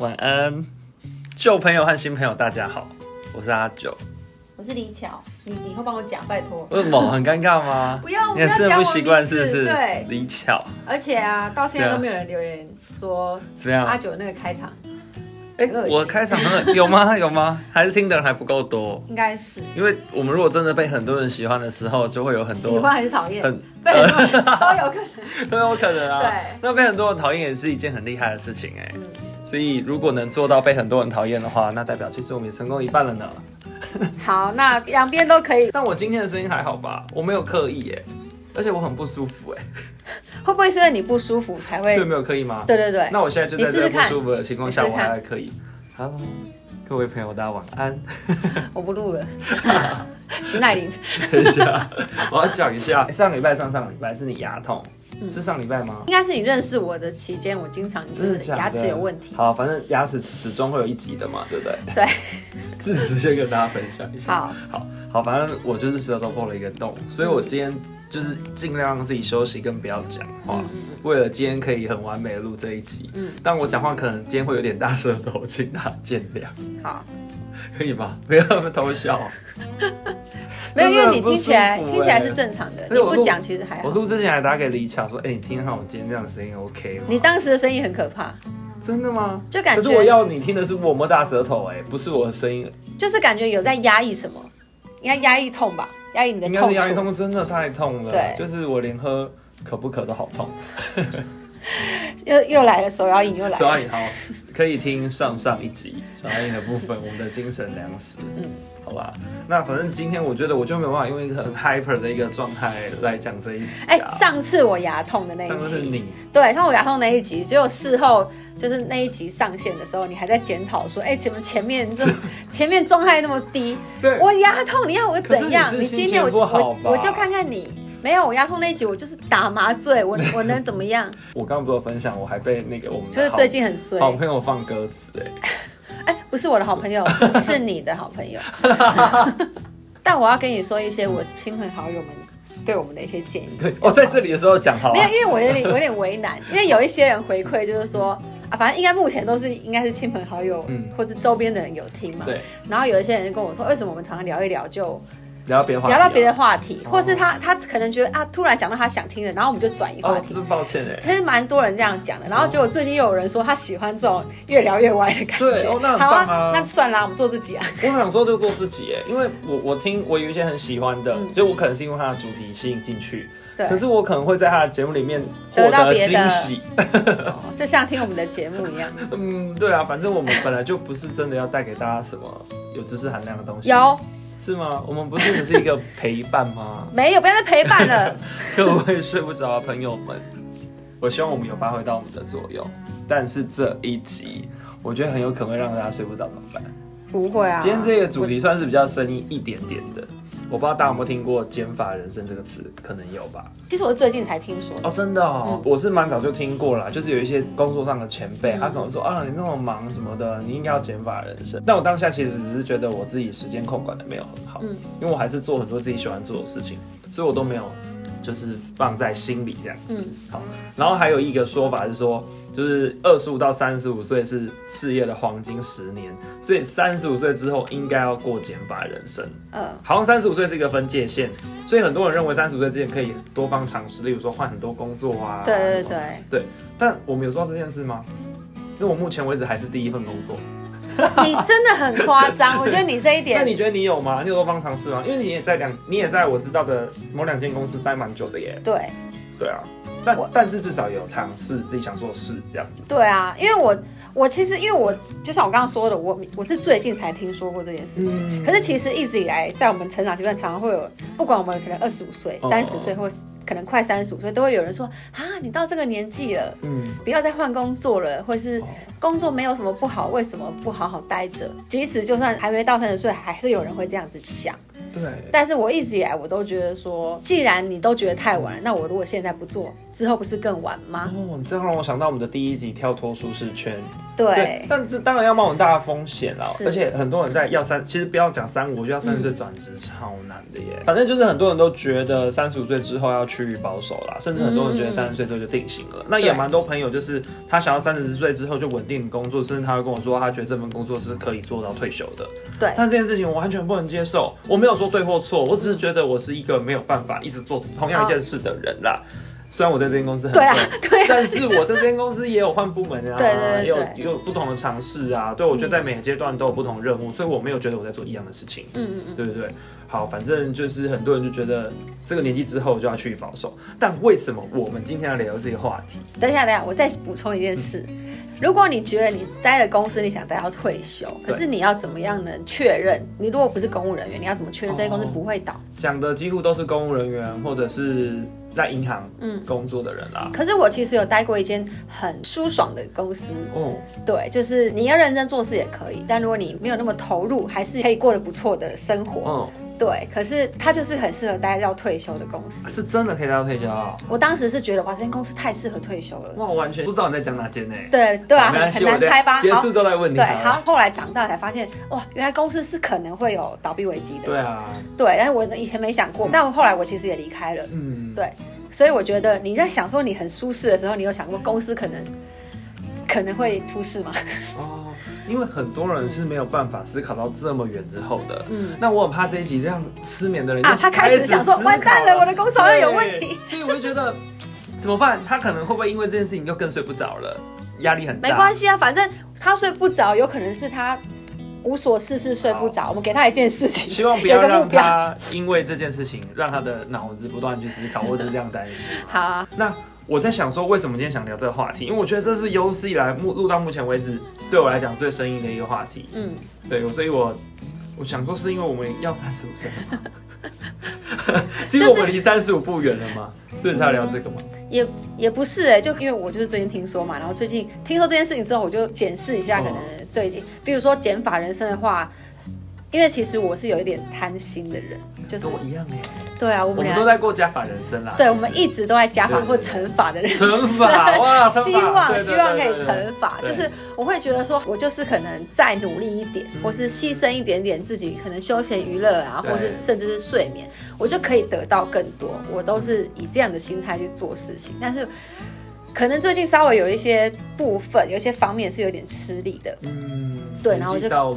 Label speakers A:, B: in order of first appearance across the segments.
A: 晚安，旧朋友和新朋友，大家好，我是阿九。
B: 我是李巧，你以后帮我讲，拜托。
A: 为什么很尴尬吗？
B: 不要，
A: 你也是
B: 哦要
A: 不
B: 讲我
A: 习惯
B: 名
A: 是不
B: 字
A: 是？
B: 对，
A: 李巧
B: 而且啊，到现在
A: 对啊
B: 都没有人留言说
A: 怎么样？
B: 阿九那个开场，
A: 哎、
B: 啊很恶
A: 我
B: 心
A: 开场很有吗？ 有吗？还是听的人还不够多？
B: 应该是
A: 因为我们如果真的被很多人喜欢的时候，就会有很多
B: 喜欢还是讨厌，
A: 很
B: 被很多人都有可能。
A: 都有可能啊。
B: 对，
A: 那被很多人讨厌也是一件很厉害的事情哎、
B: 嗯，
A: 所以如果能做到被很多人讨厌的话，那代表其实我们也成功一半了呢。
B: 好，那两边都可以，
A: 但我今天的声音还好吧？我没有刻意哎、而且我很不舒服哎、
B: 会不会是因为你不舒服才会
A: 所以？没有刻意吗？
B: 对对对，
A: 那我现在就在
B: 你
A: 这
B: 试
A: 个
B: 试
A: 不
B: 看
A: 舒服的情况下，
B: 你试
A: 我
B: 试看
A: 还在刻意。Hello，各位朋友，大家晚安。
B: 我不录了。 徐乃麟，
A: 等一下， 我要讲一下，上礼拜、上上礼拜是你牙痛，
B: 嗯
A: 是上礼拜吗？
B: 应该是你认识我的期间，我经常
A: 真的假的？
B: 牙齿有问题。
A: 好，反正牙齿始终会有一集的嘛，对不对？
B: 对。
A: 事实先跟大家分享一下。
B: 好，
A: 好，好，反正我就是舌头破了一个洞，所以我今天就是尽量让自己休息，跟不要讲话。
B: 嗯嗯
A: 为了今天可以很完美的录这一集，
B: 嗯
A: 但我讲话可能今天会有点大舌头，请大家见谅。
B: 嗯，好，
A: 可以吧？ 不要那么偷笑。
B: 没有，因为你
A: 真的很不
B: 听起来
A: 舒服
B: 听起来
A: 欸
B: 是正常的，
A: 而且
B: 你
A: 我录
B: 不讲其实还
A: 我
B: 好。
A: 录之前还打给李巧说：“哎、你听看我今天这样的声音 OK 吗？”
B: 你当时的声音很可怕，
A: 真的吗？
B: 就感
A: 可
B: 觉
A: 是我要你听的是我摸大舌头、哎，不是我的声音，
B: 就是感觉有在压抑什么，应该压抑痛吧，压抑你的
A: 应该
B: 痛
A: 是牙龈
B: 楚。
A: 痛，真的太痛了。
B: 对
A: 就是我连喝可不可都好痛。
B: 又又来了，手摇饮又来
A: 小阿
B: 了。
A: 姨好，可以听上上一集小阿姨的部分，我们的精神粮食。嗯
B: 嗯，
A: 好吧。那反正今天我觉得我就没有办法用一个很 hyper 的一个状态来讲这一集、啊。
B: 哎、上次我牙痛的那
A: 上
B: 一
A: 次是
B: 集，
A: 你，
B: 对，上次我牙痛那一集，结果事后就是那一集上线的时候，你还在检讨说，哎、怎么前面这 前面状态那么低？
A: 对，
B: 我牙痛，你要我怎
A: 可
B: 样？
A: 是你
B: 你
A: 是心
B: 今天我
A: 情不好
B: 我
A: 吧
B: 我就看看你，没有我牙痛那一集，我就是打麻醉，我我能怎么 样？
A: 我刚刚不是有分享，我还被那个我们的
B: 就是
A: 好
B: 最近很衰。
A: 好朋友放鸽子哎、
B: 哎、不是我的好朋 友，是你的好朋友。 但我要跟你说一些我亲朋好友们对我们的一些建议。
A: 对，我、在这里的时候讲好、
B: 没有，
A: 啊，
B: 因为我有点有点 为难，因为有一些人回馈就是说啊，反正应该目前都是应该是亲朋好友，
A: 嗯
B: 或是周边的人有听嘛。
A: 对，
B: 然后有一些人跟我说，为哎什么我们常常聊一聊就
A: 聊到别的话题
B: 聊
A: 了，
B: 到别的话题，
A: 哦
B: 或是他他可能觉得啊，突然讲到他想听的，然后我们就转移话
A: 哦，
B: 题。
A: 真抱歉哎、
B: 其实蛮多人这样讲的，然后结果最近又有人说他喜欢这种越聊越歪的感
A: 对
B: 觉。
A: 哦那很
B: 好
A: 棒啊
B: 那算啦，我们做自己啊。
A: 我想说就做自己哎、因为我我听我有一些很喜欢的，
B: 嗯
A: 就我可能是因为它的主题吸引进去，
B: 对
A: 可，是我可能会在他的节目里面获
B: 得到别的
A: 惊喜。
B: 就像听我们的节目 一样。
A: 嗯，对啊，反正我们本来就不是真的要带给大家什么有知识含量的东西，
B: 有？
A: 是吗？我们不是只是一个陪伴吗
B: 没有？不要再陪 伴了。
A: 各位睡不着的朋友们，我希望我们有发挥到我们的作用，但是这一集我觉得很有可能会让大家睡不着，怎么办？
B: 不会啊。
A: 今天这个主题算是比较生硬一点点的，我不知道大家有没有听过“减法人生”这个词，可能有吧？
B: 我，其实我是最近才听说的。
A: 哦，真的哦，我是蛮早就听过啦，就是有一些工作上的前辈，他跟我说啊，你那么忙什么的，你应该要减法人生。但我当下其实只是觉得我自己时间控管的没有很好，
B: 嗯
A: 因为我还是做很多自己喜欢做的事情，所以我都没有就是放在心里这样。
B: 嗯，
A: 好，然后还有一个说法是说，就是二十五到三十五岁是事业的黄金十年，所以三十五岁之后应该要过减法人生。
B: 呃，
A: 好像三十五岁是一个分界线，所以很多人认为三十五岁之前可以多方尝试，例如说换很多工作啊。
B: 对对
A: 什么。
B: 对，
A: 但我们有做到这件事吗？因为我目前为止还是第一份工作。
B: 你真的很夸张，我觉得你这一
A: 那
B: 点，
A: 你觉得你有吗？你有多方尝试吗？因为你也在两，你也在我知道的某两间公司待蛮久的耶。
B: 对
A: 对啊，但
B: 我
A: 但是至少有尝试自己想做的事这样子。
B: 对啊，因为我我其实因为我就像我刚刚说的，我我是最近才听说过这件事情。
A: 嗯
B: 可是其实一直以来，在我们成长阶段，常常会有，不管我们可能二十五岁、
A: 哦
B: 三十岁，或可能快三十五岁，都会有人说啊，你到这个年纪了，
A: 嗯。
B: 不要再换工作了，或是
A: 哦
B: 工作没有什么不好，为什么不好好待着？即使就算还没到三十岁，还是有人会这样子想。
A: 对，
B: 但是我一直以来我都觉得说，既然你都觉得太晚，那我如果现在不做，之后不是更晚吗？
A: 哦，这让我想到我们的第一集跳脱舒适圈。
B: 对，
A: 但这当然要冒很大的风险啦。
B: 是
A: 而且很多人在要三，其实不要讲三五，我觉得要三十岁转职超难的
B: 嗯
A: 耶。反正就是很多人都觉得三十五岁之后要趋于保守啦，甚至很多人觉得
B: 嗯
A: 三十岁之后就定型了。那也
B: 对
A: 蛮多朋友就是他想要三十岁之后就稳定工作，甚至他会跟我说，他觉得这份工作是可以做到退休的。
B: 对，
A: 但这件事情我完全不能接受，我没有说对或错，我只是觉得我是一个没有办法一直做同样一件事的人啦。虽然我在这间公司很
B: 哦对啊
A: 累，
B: 对啊
A: 但是我在这间公司也有换部门啊，
B: 对对对
A: 也有
B: 对
A: 也有不同的尝试啊，对我觉得在每个阶段都有不同的任务，所以我没有觉得我在做一样的事情。
B: 嗯嗯嗯，
A: 对对对，好，反正就是很多人就觉得这个年纪之后就要趋于保守，但为什么我们今天要聊这个话题？
B: 等一下，等一下，我再补充一件事。如果你觉得你待的公司你想待到退休，可是你要怎么样能确认？你如果不是公务人员，你要怎么确认这间公司
A: 哦
B: 不会倒？
A: 讲的几乎都是公务人员或者是在银行
B: 嗯
A: 工作的人啦。
B: 可是我其实有待过一间很舒爽的公司，
A: 哦，
B: 对，就是你要认真做事也可以，但如果你没有那么投入，还是可以过得不错的生活。
A: 嗯，
B: 对，可是它就是很适合待到退休的公司。
A: 是真的可以待到退休啊！
B: 我当时是觉得哇，这间公司太适合退休了。
A: 哇，我完全不知道你在讲哪间呢、
B: 对对啊，
A: 好没
B: 很
A: 关
B: 很
A: 系，
B: 难
A: 我的
B: 猜吧？
A: 结
B: 好
A: 束之后再问你
B: 对
A: 好，了
B: 好，后来长大才发现，哇，原来公司是可能会有倒闭危机的。
A: 对嗯啊，
B: 对，但是我以前没想过，但我后来我其实也离开了，
A: 嗯，
B: 对，所以我觉得你在想说你很舒适的时候，你有想过公司可能可能会出事吗？
A: 哦，因为很多人是没有办法思考到这么远之后的。
B: 嗯，
A: 那我很怕这一集让失眠的人
B: 啊
A: 就
B: 他开始想说
A: 思考
B: 完蛋了我的公司好像有问题
A: 对所以我就觉得 怎么办？他可能会不会因为这件事情就更睡不着了，压力很大。
B: 没关系啊，反正他睡不着，有可能是他无所事事睡不着，我们给他一件事情，
A: 希望不
B: 有
A: 要
B: 个目
A: 让
B: 标。
A: 他因为这件事情让他的脑子不断去思考，我只是这样担心。
B: 好啊，
A: 那我在想说，为什么今天想聊这个话题？因为我觉得这是有史以来目录到目前为止对我来讲最生硬的一个话题。
B: 嗯，
A: 对，所以我我想说，是因为我们要三十五岁了 吗？是因为我们离三十五不远了吗？所以才要聊这个吗？
B: 也也不是哎、就因为我就是最近听说嘛，然后最近听说这件事情之后，我就检视一下，
A: 哦
B: 可能最近，比如说减法人生的话，因为其实我是有一点贪心的人，就是
A: 跟我一样哎、
B: 对啊，我
A: 我
B: 们
A: 们
B: 俩
A: 都在过加法人生啦。
B: 对，
A: 其
B: 我
A: 实
B: 们一直都在加法
A: 对
B: 或乘法的人生，
A: 乘法哇，乘法
B: 希望
A: 对对
B: 希望可
A: 对
B: 以
A: 对
B: 乘法，就
A: 对
B: 是我会觉得说，我就是可能再努力一点，
A: 嗯
B: 或是牺牲一点点自己可能休闲娱乐啊，
A: 对
B: 或是甚至是睡眠，我就可以得到更多。我都是以这样的心态去做事情，但是可能最近稍微有一些部分，有一些方面是有点吃力的。
A: 嗯，
B: 对然后
A: 年纪
B: 就
A: 到了，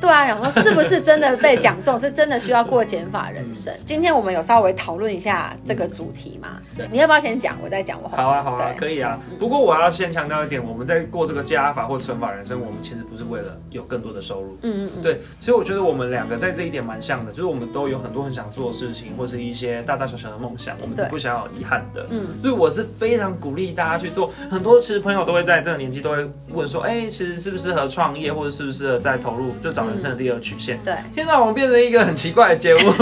B: 对啊，想说是不是真的被讲中，是真的需要过减法人生？
A: 嗯
B: 今天我们有稍微讨论一下这个主题嘛？
A: 对
B: 你要不要先讲，我再讲我后面
A: 好啊好啊，
B: 对
A: 可以啊。不过我要先强调一点，我们在过这个加法或乘法人生，我们其实不是为了有更多的收入。
B: 嗯嗯嗯，
A: 对，其实我觉得我们两个在这一点蛮像的，就是我们都有很多很想做的事情，或是一些大大小小的梦想，我们是
B: 对
A: 不想要有遗憾的。
B: 嗯，
A: 所以我是非常鼓励大家去做。很多其实朋友都会在这个年纪都会问说，哎、其实适不适合创业，或者适不适合再投入，就找人
B: 嗯
A: 生的第二曲线。
B: 对，
A: 天哪，我们变成一个很奇怪的节 目。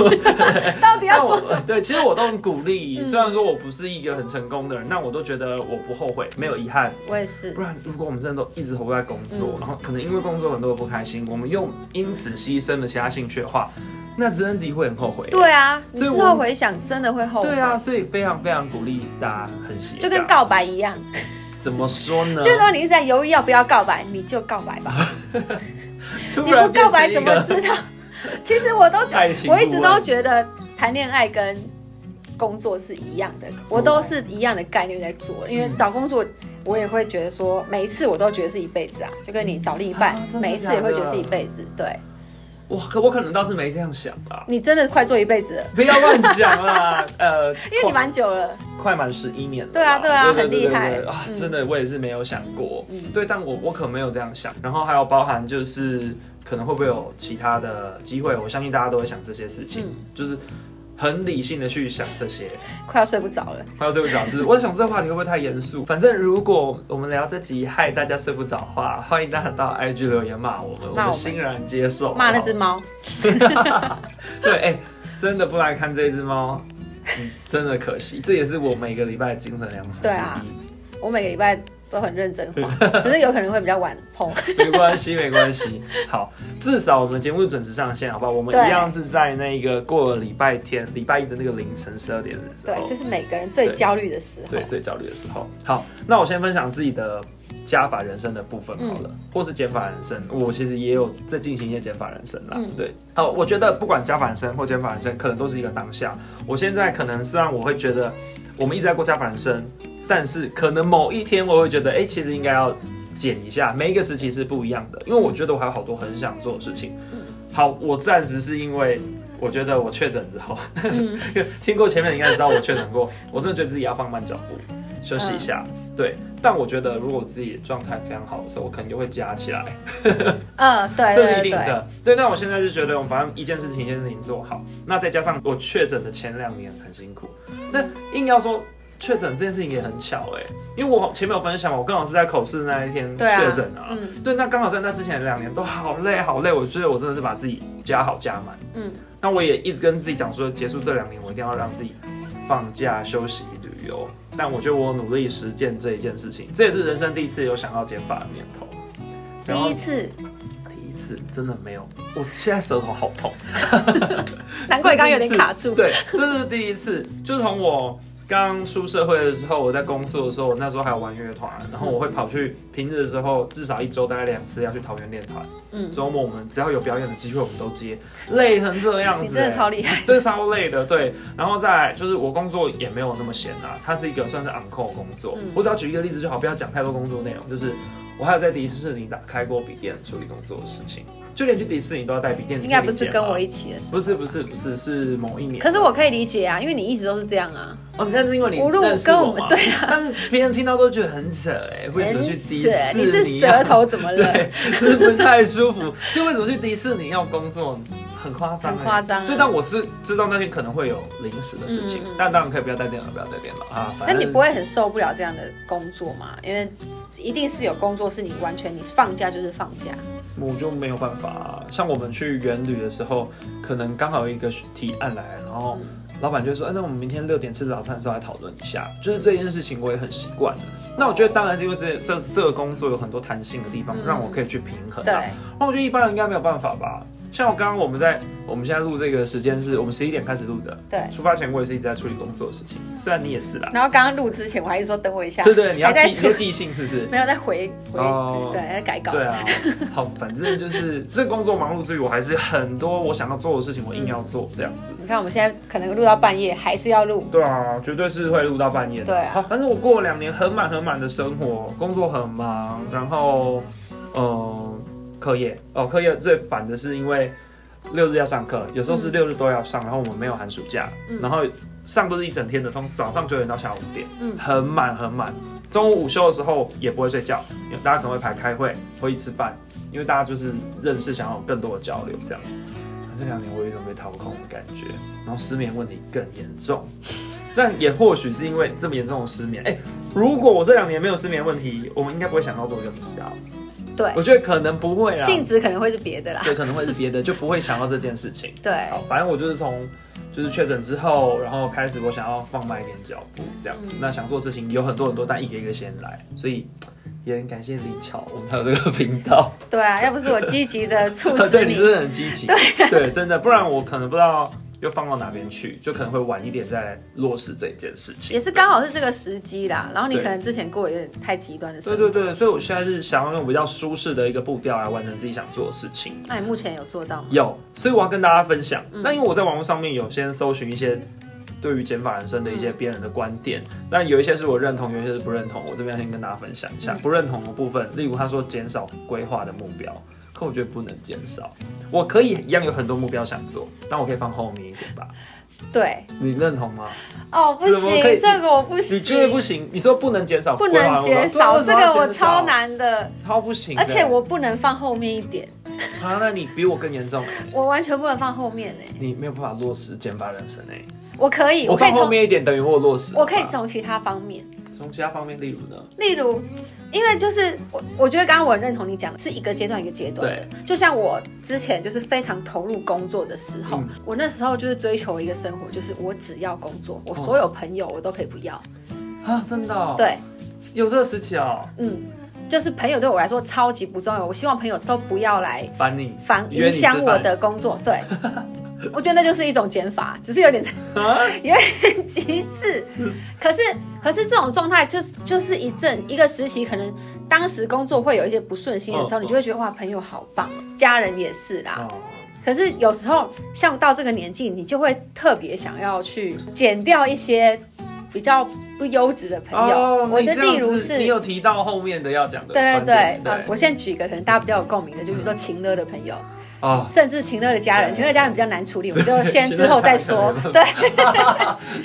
B: 到底要
A: 但我
B: 说什么？
A: 对，其实我都很鼓励。
B: 嗯
A: 虽然说我不是一个很成功的人，但我都觉得我不后悔，没有遗憾。
B: 我也是
A: 呃不，然，如果我们真的都一直投入在工作，
B: 嗯
A: 然后可能因为工作很多的不开心，我们又因此牺牲了其他兴趣的话，那真的会很后悔。
B: 对啊，你
A: 所以
B: 事
A: 我
B: 后回想真的会后悔，
A: 对啊，，所以非常非常鼓励大家很喜。
B: 就跟告白一样，
A: 怎么说呢？
B: 就是说你一直在犹豫要不要告白，你就告白吧，
A: 突
B: 你不
A: 然
B: 告白
A: 变
B: 怎
A: 成一
B: 么
A: 个
B: 知道？ 其实我都觉
A: 爱情
B: 我一直
A: 顾问
B: 都觉得谈恋爱跟工作是一样的，我都是一样的概念在做，因为
A: 嗯
B: 找工作。我也会觉得说，每一次我都觉得是一辈子啊，就跟你找另一半，
A: 啊真的
B: 每一次也会觉得
A: 假
B: 是
A: 的
B: 一辈子。对
A: 我可我可能倒是没这样想啦，
B: 你真的快做一辈子了，
A: 不要乱讲啦。呃，
B: 因为你蛮久了。
A: 快满十一年了啦，
B: 对啊对啊很厉
A: 对对
B: 害
A: 对啊
B: 嗯！
A: 真的，我也是没有想过
B: 嗯，
A: 对，但我我可没有这样想。然后还有包含就是可能会不会有其他的机会，我相信大家都会想这些事情
B: 嗯，
A: 就是很理性的去想这些。
B: 快要睡不着了。
A: 还有睡不着是，我想这个话题会不会太严肃？反正如果我们聊这集害大家睡不着的话，欢迎大家到 IG 留言骂我们，我
B: 骂我们
A: 们欣然接受。
B: 骂那只猫，
A: 对，哎、真的不来看这只猫、嗯真的可惜。这也是我每个礼拜的精神粮食之一。
B: 对啊我每个礼拜都很认真 画，只是有可能会比较晚碰。
A: 没关系，没关系。好，至少我们节目准时上线，好不好？我们
B: 对
A: 一样是在那个过了礼拜天、礼拜一的那个凌晨十二点的时
B: 对，
A: 候
B: 就，是每个人最
A: 对
B: 焦虑的时候。
A: 对最焦虑的时候。好，那我先分享自己的加法人生的部分好了，
B: 嗯
A: 或是减法人生。我其实也有在进行一些减法人生啦。
B: 嗯
A: 对，哦，我觉得不管加法人生或减法人生，可能都是一个当下。我现在可能虽然我会觉得我们一直在过加法人生，但是可能某一天我会觉得，哎、其实应该要减一下。每一个时期是不一样的，因为我觉得我还有好多很想做的事情。
B: 嗯
A: 好，我暂时是因为我觉得我确诊之后，
B: 嗯
A: 听过前面的应该知道我确诊过，我真的觉得自己要放慢脚步，休息一下。
B: 嗯
A: 对，但我觉得如果自己状态非常好的时候，我可能就会加起来，
B: 嗯，对
A: 这是一
B: 对
A: 定
B: 对，
A: 的。对，那我现在就觉得，我反正一件事情一件事情做好，那再加上我确诊的前两年很辛苦，那硬要说。确诊这件事情也很巧哎、因为我前面有分享嘛，我刚好是在口试那一天
B: 对啊
A: 确诊啊，
B: 嗯
A: 对，那刚好在那之前两年都好累好累，我觉得我真的是把自己加好加满。
B: 嗯，
A: 那我也一直跟自己讲说，结束这两年，我一定要让自己放假、休息、旅游。但我觉得我努力实践这一件事情，这也是人生第一次有想要减法的念头。然
B: 第
A: 后
B: 一次，
A: 第一次真的没有，我现在舌头好痛，
B: 难怪刚刚有点卡住。
A: 对，这是第一次，就从我刚出社会的时候，我在工作的时候，我那时候还有玩乐团，然后我会跑去平日的时候，至少一周大概两次要去桃园练团。
B: 嗯，
A: 周末我们只要有表演的机会，我们都接，累成这样
B: 你
A: 子、
B: 真的
A: 欸。
B: 超厉害。
A: 对，超累的，对。然后再来就是我工作也没有那么闲啊，它是一个算是 on call 工作。
B: 嗯
A: 我只要举一个例子就好，不要讲太多工作内容。就是我还有在迪士尼打开过笔电处理工作的事情，就连去迪士尼都要带笔电。
B: 应该不是跟我
A: 一，
B: 一起的事。
A: 不是不是不是是某一年。
B: 可是我可以理解啊，因为你一直都是这样啊。
A: 哦，那是因为你
B: 无论
A: 认识
B: 跟我
A: 我
B: 们
A: 嘛。
B: 对啊
A: 但是别人听到都觉得很扯哎、为什么去迪
B: 很扯
A: 士尼、
B: 你
A: 啊？
B: 是舌头怎么了？
A: 对， 就是不太舒服。就为什么去迪士尼要工作，很夸张欸、
B: 很夸张啊
A: 对，但我是知道那天可能会有临时的事情，
B: 嗯嗯嗯
A: 但当然可以不要带电脑，不要带电脑啊。反
B: 那
A: 正
B: 你不会很受不了这样的工作吗？因为一定是有工作是你完全你放假就是放假，
A: 我就没有办法、啊。像我们去园旅的时候，可能刚好有一个提案来，然后
B: 嗯
A: 老板就说：“哎、那我们明天六点吃早餐的时候来讨论一下。”就是这件事情，我也很习惯了。那我觉得当然是因为这这这个工作有很多弹性的地方
B: 嗯，
A: 让我可以去平衡、啊。
B: 对，
A: 那我觉得一般人应该没有办法吧。像我刚刚我们在我们现在录这个时间是我们十一点开始录的，
B: 对
A: 出发前我也是一直在处理工作的事情，虽然你也是啦，
B: 然后刚刚录之前我还是说等我一下，
A: 对对，你要
B: 还
A: 记
B: 在
A: 你
B: 处
A: 在记性是不是？
B: 没有在回回、
A: 哦
B: 对，在改稿。
A: 对啊，好，反正就是这工作忙碌之余，我还是很多我想要做的事情，我硬要做这样子。
B: 你看我们现在可能录到半夜还是要录，
A: 对啊，绝对是会录到半夜的。
B: 对啊
A: 好，反正我过了两年很满很满的生活，工作很忙，然后，嗯，课业哦，课业最烦的是因为六日要上课，有时候是
B: 嗯
A: 六日都要上，然后我们没有寒暑假，
B: 嗯
A: 然后上都是一整天的，从早上九点到下午五点，
B: 嗯
A: 很满很满。中午午休的时候也不会睡觉，因为大家可能会排开会，会去吃饭，因为大家就是认识，想要有更多的交流这样。啊这两年我有一种被掏空的感觉，然后失眠问题更严重。 但也或许是因为这么严重的失眠，哎、如果我这两年没有失眠问题，我们应该不会想到做这个频道。
B: 对，
A: 我觉得可能不会啦，
B: 性质可能会是别的啦。
A: 对，可能会是别的，就不会想到这件事情。
B: 对，
A: 好，反正我就是从就是确诊之后，然后开始我想要放慢一点脚步，这样子。
B: 嗯
A: 那想做的事情有很多很多，但一个一个先来，所以也很感谢林巧，我们还有这个 频道。
B: 对啊，要不是我积 极的促使
A: 对
B: 你
A: 你，真的很积极，对，真的，不然我可能不知道又放到哪边去，就可能会晚一点再落实这件事情。
B: 也是刚好是这个时机啦。然后你
A: 对
B: 可能之前过得有点太极端的生
A: 对
B: 活，
A: 对对，所以我现在是想要用比较舒适的一个步调来完成自己想做的事情。
B: 那你目前有做到吗？
A: 有，所以我要跟大家分享。
B: 嗯
A: 那因为我在网络上面有先搜寻一些对于减法人生的一些别人的观点，但有一些是我认同，有一些是不认同。我这边先跟大家分享一下
B: 嗯
A: 不认同的部分，例如他说减少规划的目标，可我觉得不能减少。我可以一样有很多目标想做，但我可以放后面一点吧。
B: 对，
A: 你认同吗？
B: 哦，不
A: 怎么可
B: 行，
A: 以
B: 这个我不行，
A: 你觉得不行？你说不能减少
B: 不
A: 规划的目标，
B: 能减
A: 对
B: 少
A: 啊
B: 这个，我
A: 减少
B: 超难的，
A: 超不行的。
B: 而且我不能放后面一点，
A: 啊，那你比我更严重欸，
B: 我完全不能放后面呢。
A: 你没有办法落实减法人生哎。
B: 我可以，
A: 我
B: 可以
A: 放后
B: 从
A: 面一点，等于我落实了吧。
B: 我可以从其他方面，
A: 从其他方面，例如呢？
B: 例如，因为就是我我觉得刚刚我很认同你讲，是一个阶段一个阶段的。就像我之前就是非常投入工作的时候，
A: 嗯
B: 我那时候就是追求一个生活，就是我只要工作，我所有朋友我都可以不要。
A: 哦啊，真的、哦？，
B: 对，
A: 有这个时期哦，
B: 嗯，就是朋友对我来说超级不重要，我希望朋友都不要来
A: 烦 你
B: 反
A: 约
B: 影
A: 你吃
B: 响
A: 饭
B: 我的工作。 对，我觉得那就是一种减法，只是有点
A: 啊，
B: 有点极致。可是可是这种状态就是就是一阵一个时期，可能当时工作会有一些不顺心的时候，
A: 嗯
B: 你就会觉得哇，朋友好棒，家人也是啦。
A: 哦
B: 可是有时候像到这个年纪，你就会特别想要去减掉一些比较不优质的朋友。
A: 哦，
B: 我
A: 你
B: 的
A: 这样
B: 例如
A: 子
B: 是
A: 你有提到后面的要讲的
B: 对
A: 观
B: 对
A: 点，
B: 对，嗯，我先举一个可能大家比较有共鸣的，就比如说情乐的朋友，
A: 哦，
B: 甚至情乐的家人，
A: 对
B: 情乐家人比较难处理，我 们就
A: 对
B: 先
A: 情
B: 之
A: 乐
B: 后
A: 家
B: 再
A: 人
B: 说
A: 没。办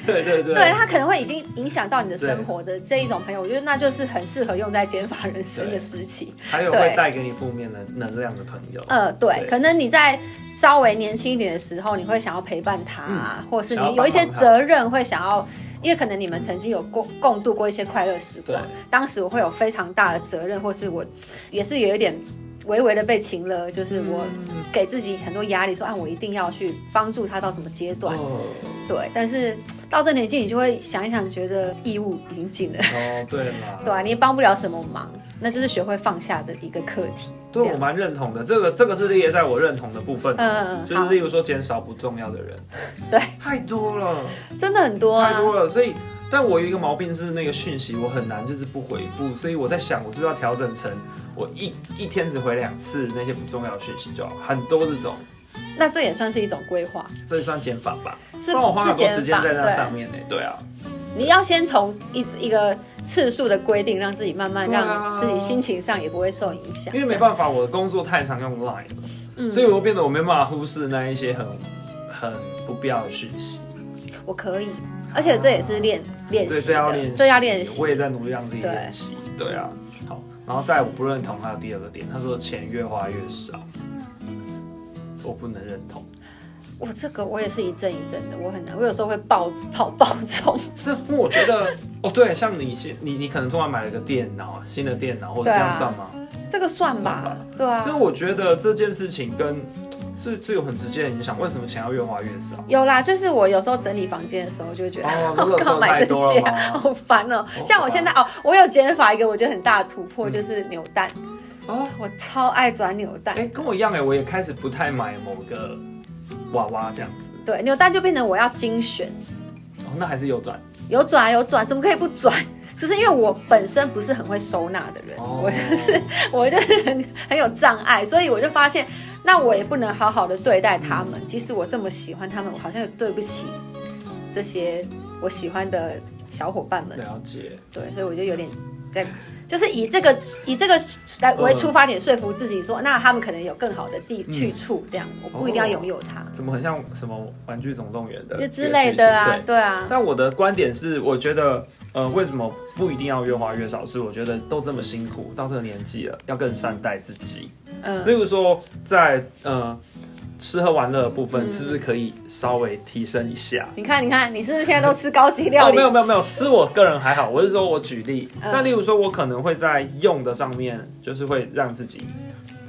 B: 对
A: 对对对，
B: 对，他可能会已经影响到你的生活的这一种朋友，我觉得那就是很适合用在减法人生的时期。
A: 还有
B: 对
A: 会带给你负面的能量的朋友，
B: 呃，对
A: 对，
B: 可能你在稍微年轻一点的时候，你会想要陪伴他，或者是
A: 嗯想要
B: 你有一些
A: 帮忙他
B: 责任会想要。因为可能你们曾经有共共度过一些快乐时光
A: 对，
B: 当时我会有非常大的责任，或是我也是有一点微微的被情了，就是我
A: 嗯
B: 给自己很多压力，说啊，我一定要去帮助他到什么阶段，
A: 哦
B: 对。但是到这年纪，你就会想一想，觉得义务已经尽了，
A: 哦，对啦，
B: 对啊，你也帮不了什么忙，那就是学会放下的一个课题。
A: 对
B: 这
A: 我
B: 样
A: 蛮认同的，这个这个是列在我认同的部分，
B: 嗯嗯
A: 就是
B: 嗯，好
A: 例，如说减少不重要的人，
B: 对，
A: 太多了，
B: 真的很多
A: 太
B: 啊，
A: 多了，所以。但我有一个毛病是那个讯息我很难就是不回复，所以我在想我是不是要调整成我一一天只回两次那些不重要的讯息就好，很多这种，
B: 那这也算是一种规划，
A: 这算减法吧？
B: 是
A: 不然我花
B: 是
A: 很多
B: 减
A: 时间
B: 法，
A: 在那上
B: 对。
A: 面呢、对啊，
B: 你要先从一一个次数的规定，让自己慢慢
A: 对啊
B: 让自己心情上也不会受影响，
A: 因为没办法，我的工作太常用 Line 了，
B: 嗯
A: 所以我变得我没办法忽视那一些很很不必要的讯息。
B: 我可以，而且这也是练练
A: 对，
B: 习
A: 这
B: 的，
A: 要练习，
B: 这要练习
A: 我。也在努力让自己练习。对啊，好。然后再来我不认同他的第二个点，他说钱越花越少，我不能认同。
B: 我这个我也是一阵一阵的，我很难，我有时候会爆跑爆冲，
A: 这因为我觉得，哦，对，像你现你你可能突然买了个电脑，新的电脑，或者
B: 对啊
A: 这样算吗？
B: 这个算
A: 算
B: 吧
A: 吧，
B: 对
A: 因为
B: 啊，
A: 我觉得这件事情跟是最有很直接的影响。为什么钱要越花越少？
B: 有啦，就是我有时候整理房间的时候就会觉得。
A: 哦，如
B: 我
A: 果
B: 干
A: 说
B: 嘛买
A: 太
B: 这
A: 多
B: 些
A: 了
B: 啊，
A: 吗？
B: 好烦哦！像我现在哦，我有减法一个我觉得很大的突破，
A: 嗯
B: 就是扭蛋，
A: 哦，
B: 我超爱转扭蛋
A: 哎、。跟我一样哎、我也开始不太买某个娃娃这样子。
B: 对，扭蛋就变成我要精选，
A: 哦，那还是有转。
B: 有转啊有转，怎么可以不转？只是因为我本身不是很会收纳的人，
A: 哦，
B: 我就是我就是 很很有障碍，所以我就发现，那我也不能好好的对待他们。即使我这么喜欢他们，我好像也对不起这些我喜欢的小伙伴们。
A: 了解。
B: 对，所以我就有点在，就是以这个以这个来为
A: 嗯
B: 出发点，说服自己说，那他们可能有更好的地
A: 嗯
B: 去处，这样我不一定要拥有它，
A: 怎么很像什么《玩具总动员》的
B: 就之类的啊，
A: 对
B: 对啊，
A: 但我的观点是，我觉得，呃，为什么不一定要越花越少？是我觉得都这么辛苦，到这个年纪了，要更善待自己。例
B: 嗯，
A: 如说在，呃吃喝玩乐的部分，
B: 嗯
A: 是不是可以稍微提升一下？
B: 你看你看，你是不是现在都吃高级料
A: 哦，
B: 理？
A: 没有没有没有，是我个人还好，我是说我举例。
B: 嗯
A: 那例如说，我可能会在用的上面，就是会让自己，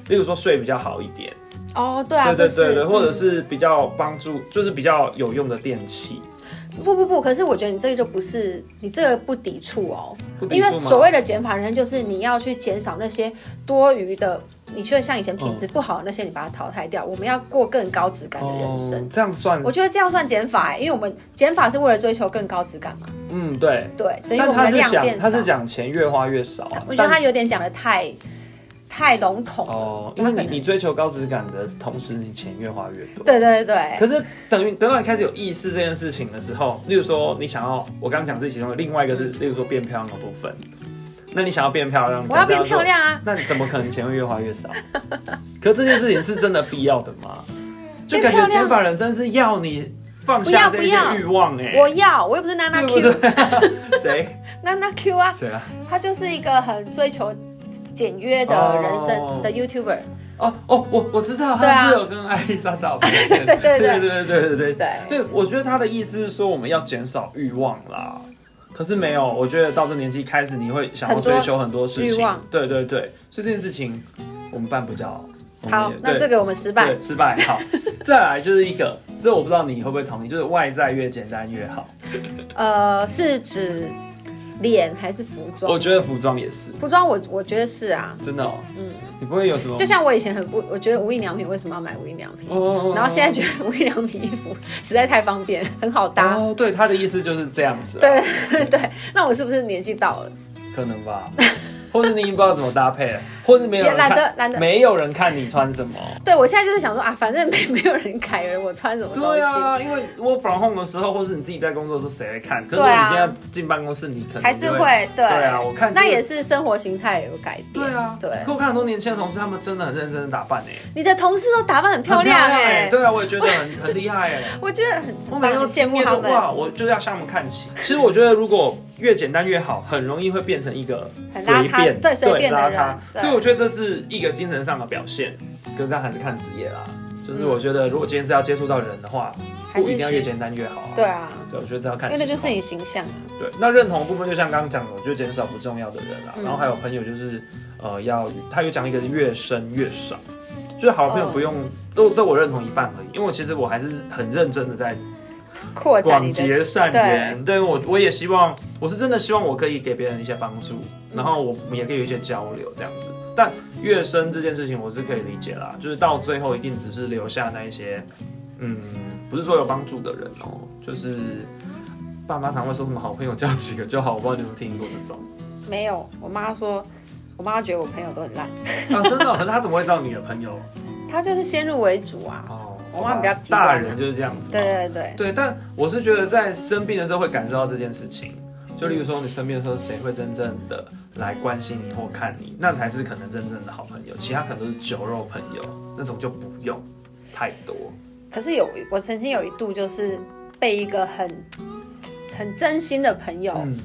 A: 例如说睡比较好一点，
B: 哦，对啊，
A: 对对
B: 这
A: 对
B: 是
A: 对，或者
B: 嗯
A: 是比较帮助，就是比较有用的电器，
B: 嗯不不不，可是我觉得你这个就不是，你这个不抵触哦，
A: 不抵
B: 因
A: 触吗
B: 为所谓的减法人生就是你要去减少那些多余的，你觉得像以前
A: 哦
B: 品质不好的那些，你把它淘汰掉，我们要过更高质感的人生。
A: 哦这样算
B: 我，觉得这样算减法、欸，因为我们减法是为了追求更高质感嘛。
A: 嗯，对。
B: 对，等于
A: 但
B: 我们
A: 他
B: 的
A: 是
B: 量
A: 讲
B: 变
A: 他
B: 少。
A: 是讲钱越花越少啊，
B: 我觉得
A: 但
B: 他有点讲的太太笼统了。
A: 哦，因
B: 他
A: 为
B: 可能
A: 你你追求高质感的同时，你钱越花越多。
B: 对对对
A: 可是等于等到你开始有意识这件事情的时候，例如说你想要，我刚刚讲这其中的另外一个是，例如说变漂亮的部分，那你想要变漂亮，
B: 我要
A: 你就
B: 变
A: 是说
B: 漂，亮啊！
A: 那你怎么可能钱会越花越少？ 可是这件事情是真的必要的吗？就感
B: 变
A: 觉
B: 漂亮
A: 减法人生是要你放下
B: 不
A: 这
B: 要
A: 些
B: 不要
A: 欲望哎、
B: 我要，我又不是娜娜
A: 对
B: Q，
A: 不对？谁
B: 娜娜 Q 啊，
A: 谁啊？
B: 他就是一个很追求简约的人生的 YouTuber。
A: 哦哦，我我知道，
B: 对啊
A: 他是有跟艾丽莎莎有拍片
B: 对对对
A: 对对对对对
B: 对，
A: 对，我觉得他的意思是说我们要减少欲望啦。可是没有，我觉得到这年纪开始，你会想要
B: 很多
A: 追求很多事
B: 欲
A: 情
B: 望。
A: 对对对，所以这件事情我们办不到。我们
B: 好
A: 也，
B: 那
A: 对
B: 这个我们失败
A: 对。失败。好，再来就是一个，这我不知道你会不会同意，就是外在越简单越好。
B: 呃，是指脸还是服装？
A: 我觉得服装也是，
B: 服装我我觉得是啊，
A: 真的哦，
B: 嗯，
A: 你不会有什么
B: 就像我以前很不，我觉得无印良品为什么要买无印良品？
A: 哦哦哦
B: 然后现在觉得无印良品衣服实在太方便，很好搭。
A: 哦，对，他的意思就是这样子，，啊
B: 对对，那我是不是年纪到了，
A: 可能吧，或者你已经不知道怎么搭配了，啊或者没有人
B: 也懒得
A: 看
B: 懒得
A: 没有人看你穿什么。
B: 对我现在就是想说啊，反正没没 有人凯尔，我穿什么东西，
A: 对啊，因为 work from home 的时候，或是你自己在工作的时候，谁会看？可是如
B: 对
A: 果
B: 啊
A: 你今天进办公室，你可能
B: 还是
A: 就
B: 会对。
A: 对啊，我看
B: 那
A: 这个
B: 也是生活形态有改变。
A: 对啊，
B: 对
A: 可，我看很多年轻的同事，他们真的很认真的打扮诶，
B: 你的同事都打扮很漂
A: 很
B: 亮
A: 欸
B: 哎、
A: 对啊，我也觉得很 很厉害欸诶。
B: 我觉得很
A: 我
B: 很
A: 每
B: 棒
A: 天都
B: 很羡慕
A: 惊
B: 他
A: 艳的。
B: 们
A: 哇，我就要向他们看齐。其实我觉得，如果越简单越好，很容易会变成一个
B: 很
A: 随
B: 邋遢
A: 便，
B: 对随便的
A: 邋
B: 人
A: 遢。
B: 对
A: 所以我觉得这是一个精神上的表现，可是这样还是看职业啦。就是
B: 嗯
A: 我觉得，如果今天是要接触到人的话，
B: 还是
A: 不一定要越
B: 去
A: 简单越好、啊。
B: 对啊，
A: 对，我觉得这要看
B: 因
A: 情
B: 为
A: 况。
B: 那就是你形象啊。
A: 对，那认同的部分就像刚刚讲的，我觉得减少不重要的人啊，
B: 嗯
A: 然后还有朋友就是，呃，要他有讲一个越深越少，就是好朋友
B: 嗯
A: 不用，都、这我认同一半而已，因为我其实我还是很认真的在
B: 扩展
A: 广
B: 你
A: 结
B: 的
A: 善缘，对我我也希望，我是真的希望我可以给别人一些帮助，
B: 嗯
A: 然后我们也可以有一些交流这样子，但越深这件事情我是可以理解啦，就是到最后一定只是留下那一些，嗯，不是说有帮助的人哦、就是。爸妈常会说什么好朋友交几个就好，我不知道你们听过 这种
B: 没有。我妈说，我妈觉得我朋友都很烂，
A: 啊，真的哦、可是他怎么会知道你的朋友？
B: 她就是先入为主啊。
A: 哦，
B: 我妈比较极端啊
A: 大人就是这样子嘛，
B: 对对对，
A: 对，但我是觉得在生病的时候会感受到这件事情。就例如说，你生病的时候，谁会真正的来关心你或看你？那才是可能真正的好朋友，其他可能都是酒肉朋友，那种就不用太多。
B: 可是有我曾经有一度就是被一个很很真心的朋友，
A: 嗯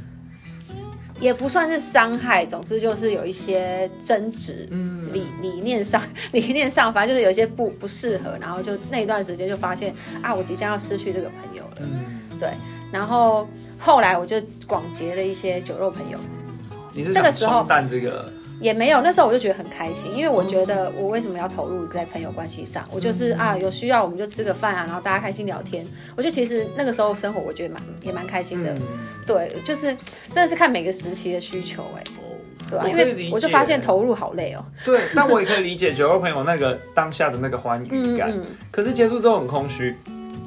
B: 也不算是伤害，总之就是有一些争执。
A: 嗯，
B: 理理念上， 理念上，反正就是有一些不不适合，然后就那一段时间就发现啊，我即将要失去这个朋友了。
A: 嗯
B: 然后后来我就广结了一些酒肉朋友，
A: 你是
B: 这个
A: 想
B: 时候
A: 冲淡这个
B: 也没有，那时候我就觉得很开心，因为我觉得我为什么要投入在朋友关系
A: 嗯
B: 上？我就是啊，有需要我们就吃个饭啊，然后大家开心聊天。我觉得其实那个时候生活，我觉得蛮也蛮开心的。
A: 嗯
B: 对，就是真的是看每个时期的需求、哎，
A: 哦
B: 对啊，
A: 我
B: 因
A: 可以
B: 为
A: 理
B: 我就
A: 解
B: 发现投入好累哦、
A: 对，但我也可以理解酒肉朋友那个当下的那个欢愉
B: 嗯
A: 感，
B: 嗯，
A: 可是结束之后很空虚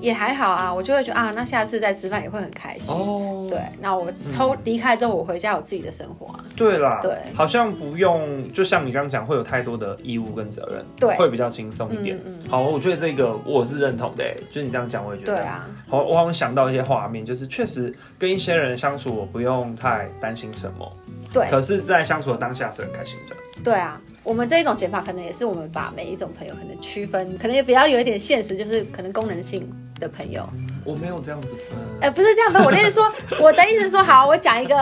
B: 也还好啊，我就会觉得啊，那下次再吃饭也会很开心。
A: 哦
B: 嗯
A: 嗯
B: 对，那我抽离开之后，我回家有自己的生活啊。
A: 对啦，
B: 对
A: 好像不用，就像你刚刚讲，会有太多的义务跟责任，
B: 对
A: 会比较轻松一点。
B: 嗯嗯，
A: 好，我觉得这个我是认同的欸，就是你这样讲，我也觉
B: 对
A: 得。
B: 啊，
A: 好，我好像想到一些画面，就是确实跟一些人相处，我不用太担心什么，
B: 对
A: 可是，在相处的当下是很开心的。
B: 对啊，我们这一种减法可能也是我们把每一种朋友可能区分，可能也比较有一点现实，就是可能功能性的朋友。
A: 我没有这样子分，
B: 哎、不是这样分，我的意 思说，我的意思说，好，我讲一个，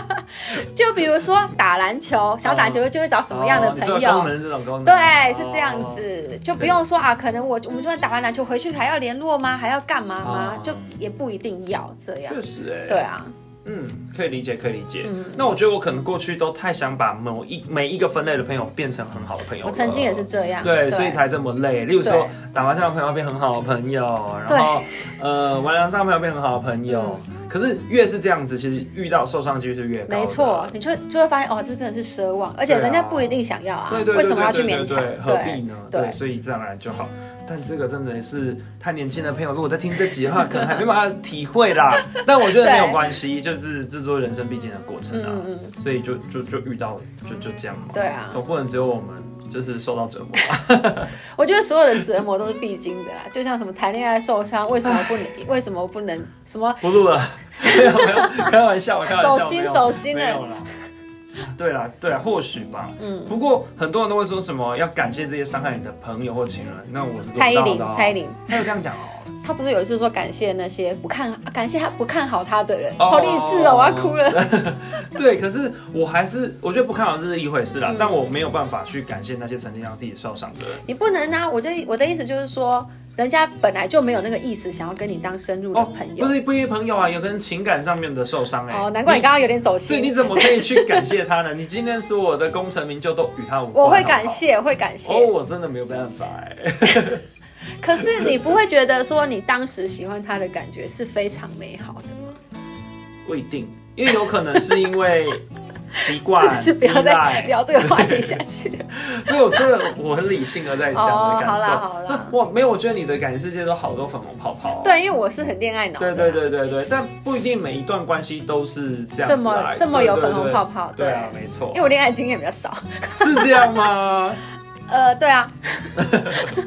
B: 就比如说打篮球，想打篮球就会找什么样
A: 哦
B: 的朋
A: 你说
B: 友？
A: 功能哦这种功能，
B: 对
A: 哦，
B: 是这样。子，就不用说啊，可能我我们就算打完篮球回去还要联络吗？还要干嘛吗？
A: 哦
B: 就也不一定要这样
A: 确。实，哎，
B: 对，啊，
A: 嗯，可以理解，可以理解。
B: 嗯
A: 那我觉得我可能过去都太想把某一每一个分类的朋友变成很好的朋友了，
B: 我曾经也是这样。嗯
A: 对，所以才这么累。例如说
B: 对，
A: 打麻将的朋友变很好的朋友，
B: 对嗯
A: 然后呃，玩狼上的朋友变很好的朋友。可是越是这样子，其实遇到受伤几率是越高。
B: 没错，。你就就会发现哦，这真的是奢望，而且
A: 对啊
B: 人家不一定想要啊，
A: 对对对
B: 为什么要去
A: 对
B: 勉
A: 对
B: 强
A: 对？何必啊
B: 对
A: 呢？
B: 对
A: 对，所以自然而然就好。但这个真的是太年轻的朋友，如果在听这集的话，可能还没办法体会 啦。但我觉得没有关系，就是制作人生必经的过程啊。
B: 嗯嗯
A: 所以就就就遇到了，就就这样嘛。
B: 对啊
A: 总不能只有我们就是受到折磨吧。
B: 嗯，我觉得所有的折磨都是必经的啦，就像什么谈恋爱受伤，为什么 不能？为什么不能？什么
A: 不录了， 没有没有，开玩笑，开玩笑，
B: 走心
A: 没有
B: 走心欸
A: 没有啦。对啦，对啦，或许吧。
B: 嗯，
A: 不过很多人都会说什么要感谢这些伤害你的朋友或情人，那我是做
B: 蔡
A: 不
B: 依
A: 到
B: 林
A: 的、哦。，
B: 蔡依林，
A: 他有这样讲哦。
B: 她不是有一次说感谢那些不看感谢她不看好她的人，
A: 哦
B: 好励志哦，我要哭了。
A: 对，可是我还是我觉得不看好是一回事啦，
B: 嗯
A: 但我没有办法去感谢那些曾经让自己受伤的人。
B: 你不能啊，我就我的意思就是说，人家本来就没有那个意思，想要跟你当深入的
A: 哦
B: 朋，友
A: 不。是不一定朋友啊，有跟情感上面的受伤哎、
B: 哦，难怪你刚刚有点走
A: 所以你
B: 心。
A: 怎么可以去感谢他呢？你今天所有的功成名就都与他无关。
B: 我会
A: 好不好
B: 感。谢，我会感谢。
A: 哦，我真的没有办法哎、
B: 可是你不会 觉得说你当时喜欢他的感觉是非常美好的吗？
A: 不一定，因为有可能是因为 习惯
B: 是不是不要
A: 依
B: 再
A: 赖
B: 聊这个话题下 去了？
A: 因为我真的我很理性的在
B: 哦，
A: 讲我的
B: 好
A: 感
B: 啦
A: 受。
B: 好啦，
A: 哇，没有，我觉得你的感情世界都好多粉红泡泡、哦。
B: 对，因为我是很恋爱脑的啊，
A: 对对对对对，但不一定每一段关系都是这样子
B: 这
A: 来
B: 么
A: 的
B: 这么有
A: 对
B: 粉
A: 对
B: 红
A: 对
B: 泡泡，
A: 对啊，没错
B: 因为，我恋爱经验比较少，
A: 是这样吗？
B: 呃，对啊，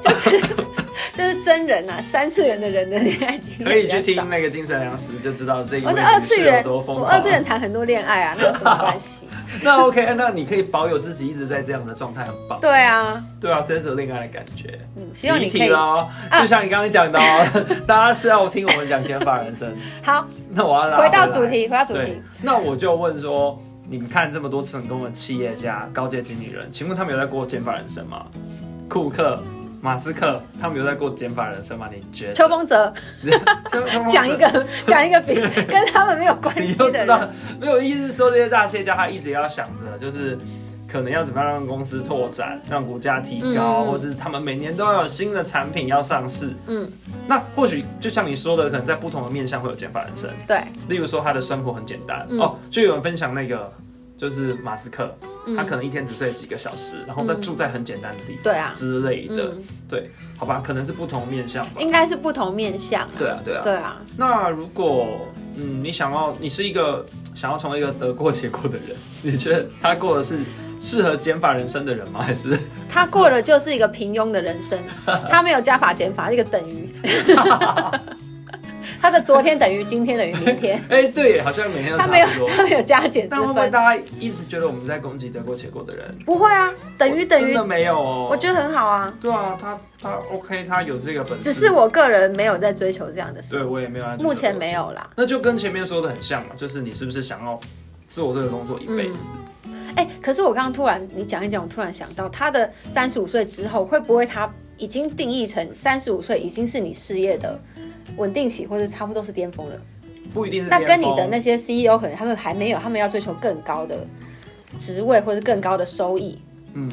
B: 就是 就是真人啊，三次元的人的恋爱 经
A: 可以去
B: 验比较
A: 听
B: 少。
A: 那个精神粮食，就知道这一位
B: 我是二
A: 女
B: 次
A: 士
B: 元，
A: 有多疯
B: 我
A: 狂。
B: 二次元谈很多恋爱啊，那有什么关系？
A: 那 OK，那你可以保有自己一直在这样的状态，很棒。
B: 对啊，
A: 对啊，随时有恋爱的感觉。
B: 嗯，希望你可
A: 离题
B: 以
A: 了哦，
B: 啊
A: 就像你刚刚讲的 哦，大家是要听我们讲减法人生。
B: 好
A: 那我要拉
B: 回到
A: 来
B: 主题，回到主
A: 对
B: 题。，
A: 那我就问说，你们看这么多成功的企业家、高阶经理人，请问他们有在过减法人生吗？库克、马斯克，他们有在过减法人生吗？你觉得？
B: 秋风泽
A: 秋秋 风
B: 讲一个讲一个比跟他们没有关
A: 你
B: 系
A: 都
B: 的
A: 知道
B: 人，，
A: 没有意思。说这些大企业家，他一直要想着，就是可能要怎么样让公司拓展，让股价提高，
B: 嗯
A: 或是他们每年都要有新的产品要上市。
B: 嗯，
A: 那或许就像你说的，可能在不同的面向会有减法人生。
B: 对，
A: 例如说，他的生活很简单、
B: 嗯
A: 哦，就有人分享那个，就是马斯克，他可
B: 嗯，
A: 能一天只睡几个小时，然后他
B: 嗯
A: 住在很简单的地方，
B: 对啊
A: 之类的，
B: 嗯，
A: 对，好吧，可能是不同面向吧。
B: 应该是不同面向啊，
A: 对啊，对啊。
B: 对啊，
A: 那如果嗯，你想要你是一个想要成为一个得过且过的人，你觉得他过的是适合减法人生的人吗？还是
B: 他过的就是一个平庸的人生，他没有加法减法，一个等于。 他的昨天等于今天等于明 天，
A: 哎、对耶，好像每天都
B: 他没有
A: 差不多。
B: 他没有加减之
A: 但会不会
B: 分，
A: 大家一直觉得我们在攻击得过且过的人？
B: 不会啊，等于
A: 我
B: 等
A: 真
B: 于
A: 的，没有哦。
B: 我觉
A: 得
B: 得很好啊，
A: 对啊，他他 OK，他有这个本事。
B: 只是我个人没有在追求这样的
A: 对
B: 事，
A: 我也没有在做这个东西，
B: 目前没有啦。
A: 那就跟前面说的很像嘛，就是你是不是想要做这个工作一辈子？
B: 哎、可是我刚刚突然你讲一讲，我突然想到，他的三十五岁之后会不会他已经定义成三十五岁已经是你事业的稳定期，或者差不多是巅峰了？
A: 不一定是
B: 嗯那跟你
A: 巅
B: 的
A: 峰
B: 那些 CEO 可能他们还没有，他们要追求更高的职位或者更高的收益。
A: 嗯，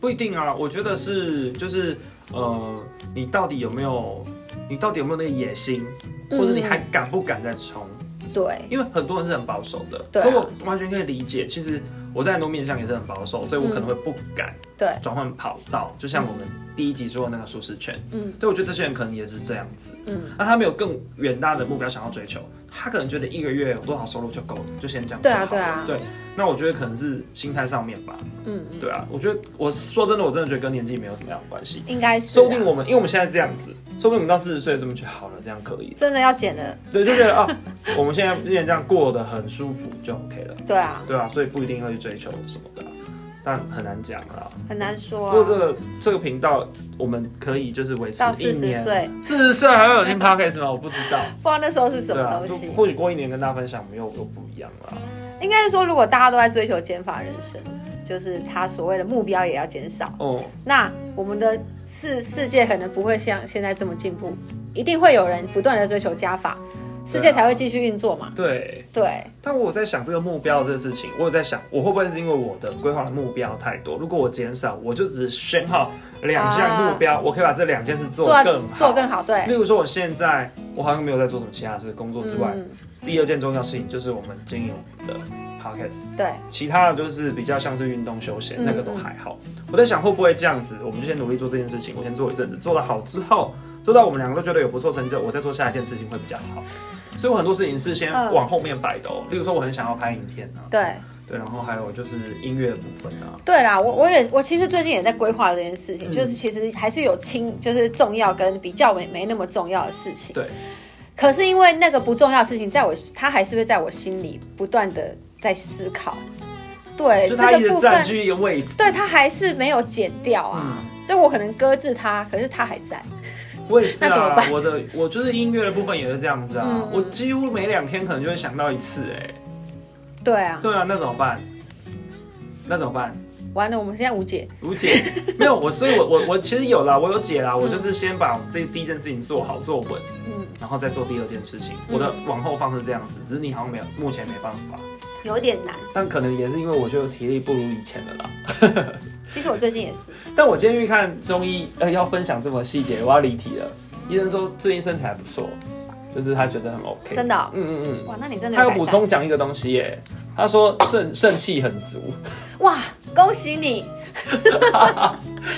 A: 不一定啊。我觉得是就是呃，你到底有没有你到底有没有那个野心，或者
B: 嗯
A: 你还敢不敢再冲？
B: 对，
A: 因为很多人是很保守的，
B: 对啊
A: 所以我完全可以理解。其实我在很多面向也是很保守，所以我
B: 嗯
A: 可能会不敢
B: 对
A: 转换跑道，就像我们第一集说的那个舒适圈。
B: 嗯
A: 对，我觉得这些人可能也是这样子。
B: 嗯，
A: 那他没有更远大的目标想要追求，他可能觉得一个月有多少收入就够了，就先这样就
B: 对
A: 好
B: 啊
A: 了。
B: 对啊
A: 对，那我觉得可能是心态上面吧。
B: 嗯嗯，
A: 对啊，我觉得我说真的，我真的觉得跟年纪没有什么样的关系。
B: 应该是、
A: 说不定
B: 啊。
A: 我们，因为我们现在这样子，说不定我们到四十岁这么就好了，这样可以。
B: 真的要减了，
A: 对，就觉 得啊，我们现在既然这样过得很舒服就 OK 了。
B: 对啊，
A: 对啊，所以不一定要去追求什么的啊，但很难讲啦。
B: 很难说
A: 不
B: 啊。
A: 过这个这个频道，我们可以就是维持
B: 到
A: 一
B: 四十
A: 年。
B: 岁，
A: 四十岁啊还会有听 podcast 吗？我不知道。
B: 不知道那时候是 什
A: 对
B: 么
A: 啊，
B: 东
A: 就
B: 西。嗯
A: 或许过一年跟大家分享没有又不一样啦。
B: 应该是说，如果大家都在追求减法人生，就是他所谓的目标也要减少，
A: 哦，
B: 那我们的世世界可能不会像现在这么进步，一定会有人不断的追求加法，
A: 啊
B: 世界才会继续运作嘛。
A: 对。
B: 对，
A: 但我有在想这个目标这个事情，我有在想我会不会是因为我的规划的目标太多？如果我减少，我就只选好两项目标，我可以把这两件事做
B: 啊做到
A: 得
B: 啊
A: 更好。
B: 做更好，对
A: 例，如说，我现在我好像没有在做什么其他事，工作之外，
B: 嗯，
A: 第二件重要事情就是我们经营我们的 podcast，
B: 对，
A: 其他的就是比较像是运动休闲，
B: 嗯
A: 那个都还好。我在想会不会这样子，我们就先努力做这件事情，我先做一阵子，做得好之后，做到我们两个都觉得有不错成就，我再做下一件事情会比较好。所以我很多事情是先
B: 嗯
A: 往后面摆的哦，例如说我很想要拍影片啊，
B: 对，
A: 对，然后还有就是音乐的部分啊，
B: 对啦，我我也我其实最近也在规划这件事情，
A: 嗯
B: 就是其实还是有轻，就是重要跟比较没没那么重要的事情。
A: 对。
B: 可是因为那个不重要的事情，在我它还是会在我心里不断的在思考。对
A: 就
B: 呃这
A: 它一
B: 个
A: 直
B: 部
A: 占
B: 分，
A: 据一个位 置。
B: 对它还是没有减掉啊。
A: 嗯，
B: 就我可能搁置它，可是它还在。
A: 我也是
B: 那怎么
A: 啊，
B: 办
A: 我的我就是音乐的部分也是这样子啊，
B: 嗯嗯
A: 我几乎每两天可能就会想到一次、哎，
B: 对啊，
A: 对啊，那怎么办？那怎么办？
B: 完了，我们现在无解。
A: 无解，没有我，所以我我我其实有啦，我有解啦，我就是先把这第一件事情做好做稳，
B: 嗯，
A: 然后再做第二件事情。
B: 嗯
A: 我的往后放是这样子，只是你好像没有，目前没办法，
B: 有一点难。
A: 但可能也是因为我觉得体力不如以前了啦。
B: 其实我最近也是，
A: 但我今天去看中医，呃，要分享这么细节，我要离题了。医生说最近身体还不错，就是他觉得很 OK。
B: 真的哦
A: 嗯嗯嗯。
B: 哇，那你真的
A: 他有
B: 改
A: 补
B: 善
A: 充讲一个东西耶，他说肾肾气很足，
B: 哇，恭喜你！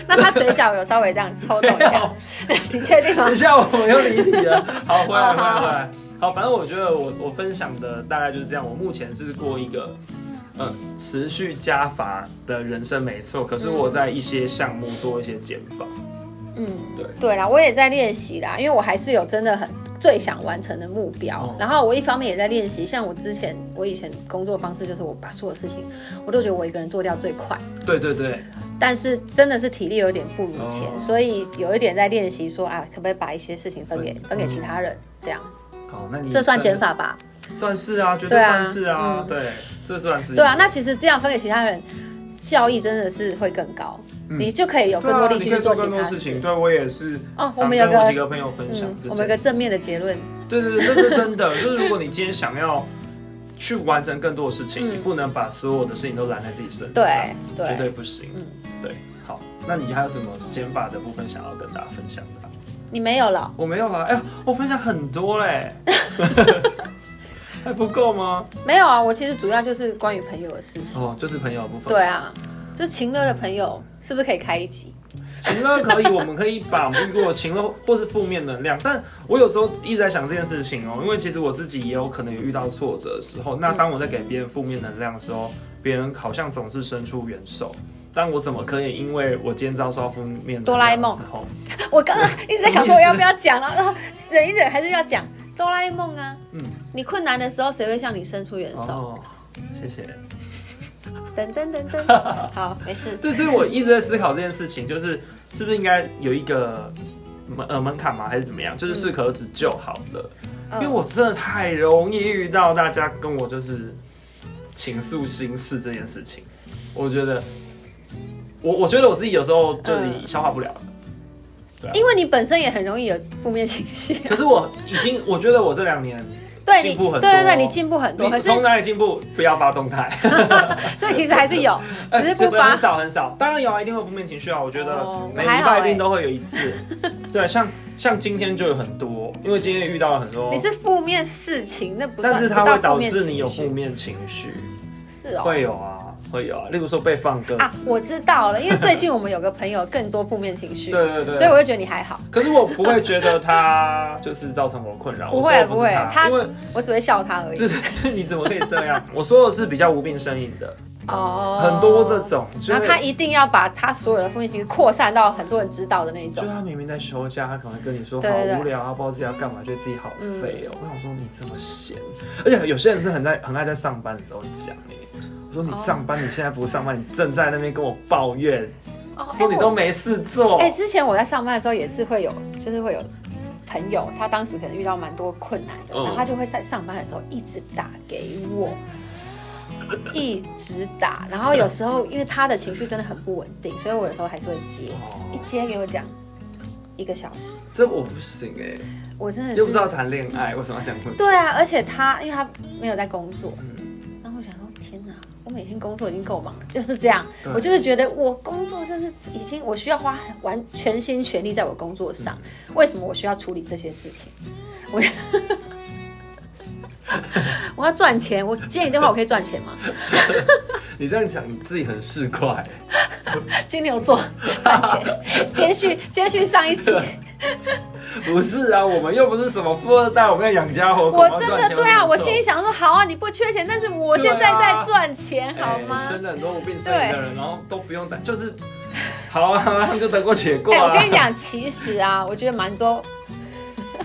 B: 那他嘴角有稍微这样抽动一下，你确定吗
A: 等一？下，我们又离题了。好，回来，
B: 好
A: 回来，回来。好，反正我觉得我我分享的大概就是这样。我目前是过一个，呃，持续加法的人生没错，可是我在一些项目做一些减法。
B: 嗯，
A: 对
B: 对啦，我也在练习啦，因为我还是有真的很最想完成的目标。
A: 哦
B: 然后我一方面也在练习，像我之前我以前工作方式就是我把所有事情我都觉得我一个人做掉最快，
A: 对对对，
B: 但是真的是体力有点不如前，
A: 哦
B: 所以有一点在练习说啊，可不可以把一些事情分给分给其他人，这样
A: 好，那你
B: 这算减
A: 法？
B: 法吧？
A: 算是啊，绝
B: 对
A: 对
B: 啊
A: 算是啊，
B: 嗯
A: 对，这算是。
B: 对啊，那其实这样分给其他人，效益真的是会更高，
A: 嗯
B: 你就可以有
A: 对
B: 更多
A: 啊，
B: 力
A: 你
B: 气
A: 可
B: 去
A: 以做
B: 其
A: 更多
B: 他
A: 事情。
B: 事。
A: 对我也是，
B: 哦，我
A: 常
B: 们有
A: 跟我几
B: 个
A: 个朋友分享
B: 嗯，
A: 这
B: 我们有
A: 件
B: 个
A: 事
B: 正面的结论，
A: 对对对，这是真的。就是如果你今天想要去完成更多的事情，你
B: 嗯
A: 不能把所有的事情都揽在自己身
B: 对
A: 上，绝对
B: 对，
A: 不行。
B: 嗯，
A: 对，好，那你还有什么减法的部分想要跟大家分享的啊、
B: 你没有了，
A: 我没有吧？哎、呀，我分享很多嘞， 还不够吗？
B: 没有啊？我其实主要就是关于朋友的事情。
A: 哦，就是朋友的部分。
B: 对，啊，就情乐的朋友是不是可以开一集？
A: 情乐可以，我们可以把我们遇过的情乐或是负面能量，但我有时候一直在想这件事情哦，因为其实我自己也有可能有遇到挫折的时候，那当我在给别人负面能量的时候，别人好像总是伸出援手。但我怎么可以因为我今天遭受到负面
B: 哆
A: 能
B: 啦 A
A: 量的
B: 梦
A: 时候，
B: 我刚刚
A: 嗯
B: 一直在想说我要不要讲，然后然后忍一忍还是要讲哆啦 A 梦啊。
A: 嗯，
B: 你困难的时候，谁会向你伸出援手？
A: 哦，谢谢。
B: 等等等等， 好，没事。
A: 对，所以我一直在思考这件事情，就是是不是应该有一个门呃门槛吗，还是怎么样？就是适可而止就好了。因为
B: 嗯
A: 我真的太容易遇到大家跟我就是倾诉心事这件事情，我觉得我我觉得我自己有时候就是
B: 嗯
A: 消化不了了。
B: 因为你本身也很容易有负面情 绪啊、
A: 可是我已经，我觉得我这两年，
B: 对你，
A: 进步
B: 对
A: 很多
B: 对对，你进步很多，可
A: 你
B: 是
A: 从哪里进步？不要发动态，
B: 所以其实还 是有，只是
A: 这
B: 不
A: 个
B: 发
A: 很。少很少。当然有啊，一定会有负面情绪啊。我觉得
B: 哦欸
A: 每礼
B: 还好
A: 拜一
B: 欸
A: 定都会有一次。 对，像像今天就有很多，因为今天遇到了很多
B: 你，是负面事情，那不算
A: 但是它会导致你有
B: 不到
A: 负
B: 负面
A: 面情绪，
B: 情绪，是哦，
A: 会有啊，会有啊。例如说被放鸽子，
B: 啊，我知道了，因为最近我们有个朋友更多负面情绪，
A: 对对对。
B: 所以我就觉得你还好，
A: 可是我不会觉得他就是造成我困扰，
B: 不
A: 我说
B: 会
A: 的不
B: 不会
A: 是
B: 他
A: 他， 因为
B: 我只会笑他而已
A: 对。对对， 你怎么可以这样？我说的是比较无病呻吟的，
B: 哦，
A: 很多这，种，就是
B: 然后他一定要把他所有的负面情绪扩散到很多人知道的那
A: 就
B: 种。
A: 他明明在休假，他可能会跟你说好
B: 对对对
A: 无聊啊，不知道自己要干嘛，觉得自己好废哦。我想说你这么闲，而且有些人是很在很爱在上班的时候讲哎，我说你
B: 哦
A: 上班，你现在不上班，你正在那边跟我抱怨，
B: 哦
A: 说你都。
B: 哎
A: 没事做
B: 我哎、。之前我在上班的时候也是会有，就是会有朋友，他当时可能遇到蛮多困难的，
A: 嗯
B: 然后他就会在上班的时候一直打给我，一直打。然后有时候因为他的情绪真的很不稳定，所以我有时候还是会接，一
A: 哦，
B: 接给我讲一个小时，
A: 这我不行哎，
B: 我真的
A: 又不知
B: 是
A: 道谈恋爱，为什么要讲困？
B: 对啊，而且他因为他没有在工作，
A: 嗯，
B: 然后我想说，天哪，我每天工作已经够忙了，就是这样
A: 对。
B: 我就是觉得我工作就是已经，我需要花很完全心全力在我工作上。
A: 嗯
B: 为什么我需要处理这些事情？我 我要赚钱，我接你电话我可以赚钱吗？
A: 你这样讲你自己很市侩。
B: 金 牛座赚钱，接续接续上一集，
A: 不是啊，我们又不是什么富二代，我们要养家活口，
B: 我
A: 要
B: 真
A: 赚
B: 的
A: 钱
B: 对啊，我心里
A: 辛
B: 想说，好啊，你不缺钱，但是我
A: 对啊哎
B: 现在在赚钱，好吗？
A: 真的很多无病呻吟的人，然后都不用担， 就是好啊，他们就得过且过
B: 哎、
A: 啊。
B: 我跟你讲，其实啊，我觉得蛮多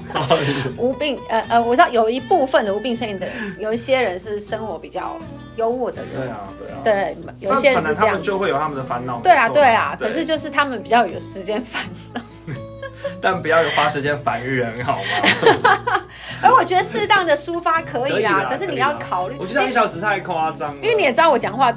A: 好，你
B: 无病，呃呃，我知道有一部分的无病呻吟的人，有一些人是生活比较优渥的
A: 对
B: 人，
A: 啊，对啊，。
B: 对，有一些人
A: 本
B: 是
A: 来
B: 这
A: 他
B: 样
A: 们
B: 子
A: 就。会有他们的烦恼，
B: 对啦，
A: 没错
B: 对啦，
A: 对
B: 可是就是他们比较有时间 烦恼，
A: 但不要有花时间烦人，好吗？
B: 而我觉得适当的抒发可以啦，可是你
A: 以啦
B: 要考虑，
A: 我觉得一小时太夸张了，
B: 因为你也知道我讲话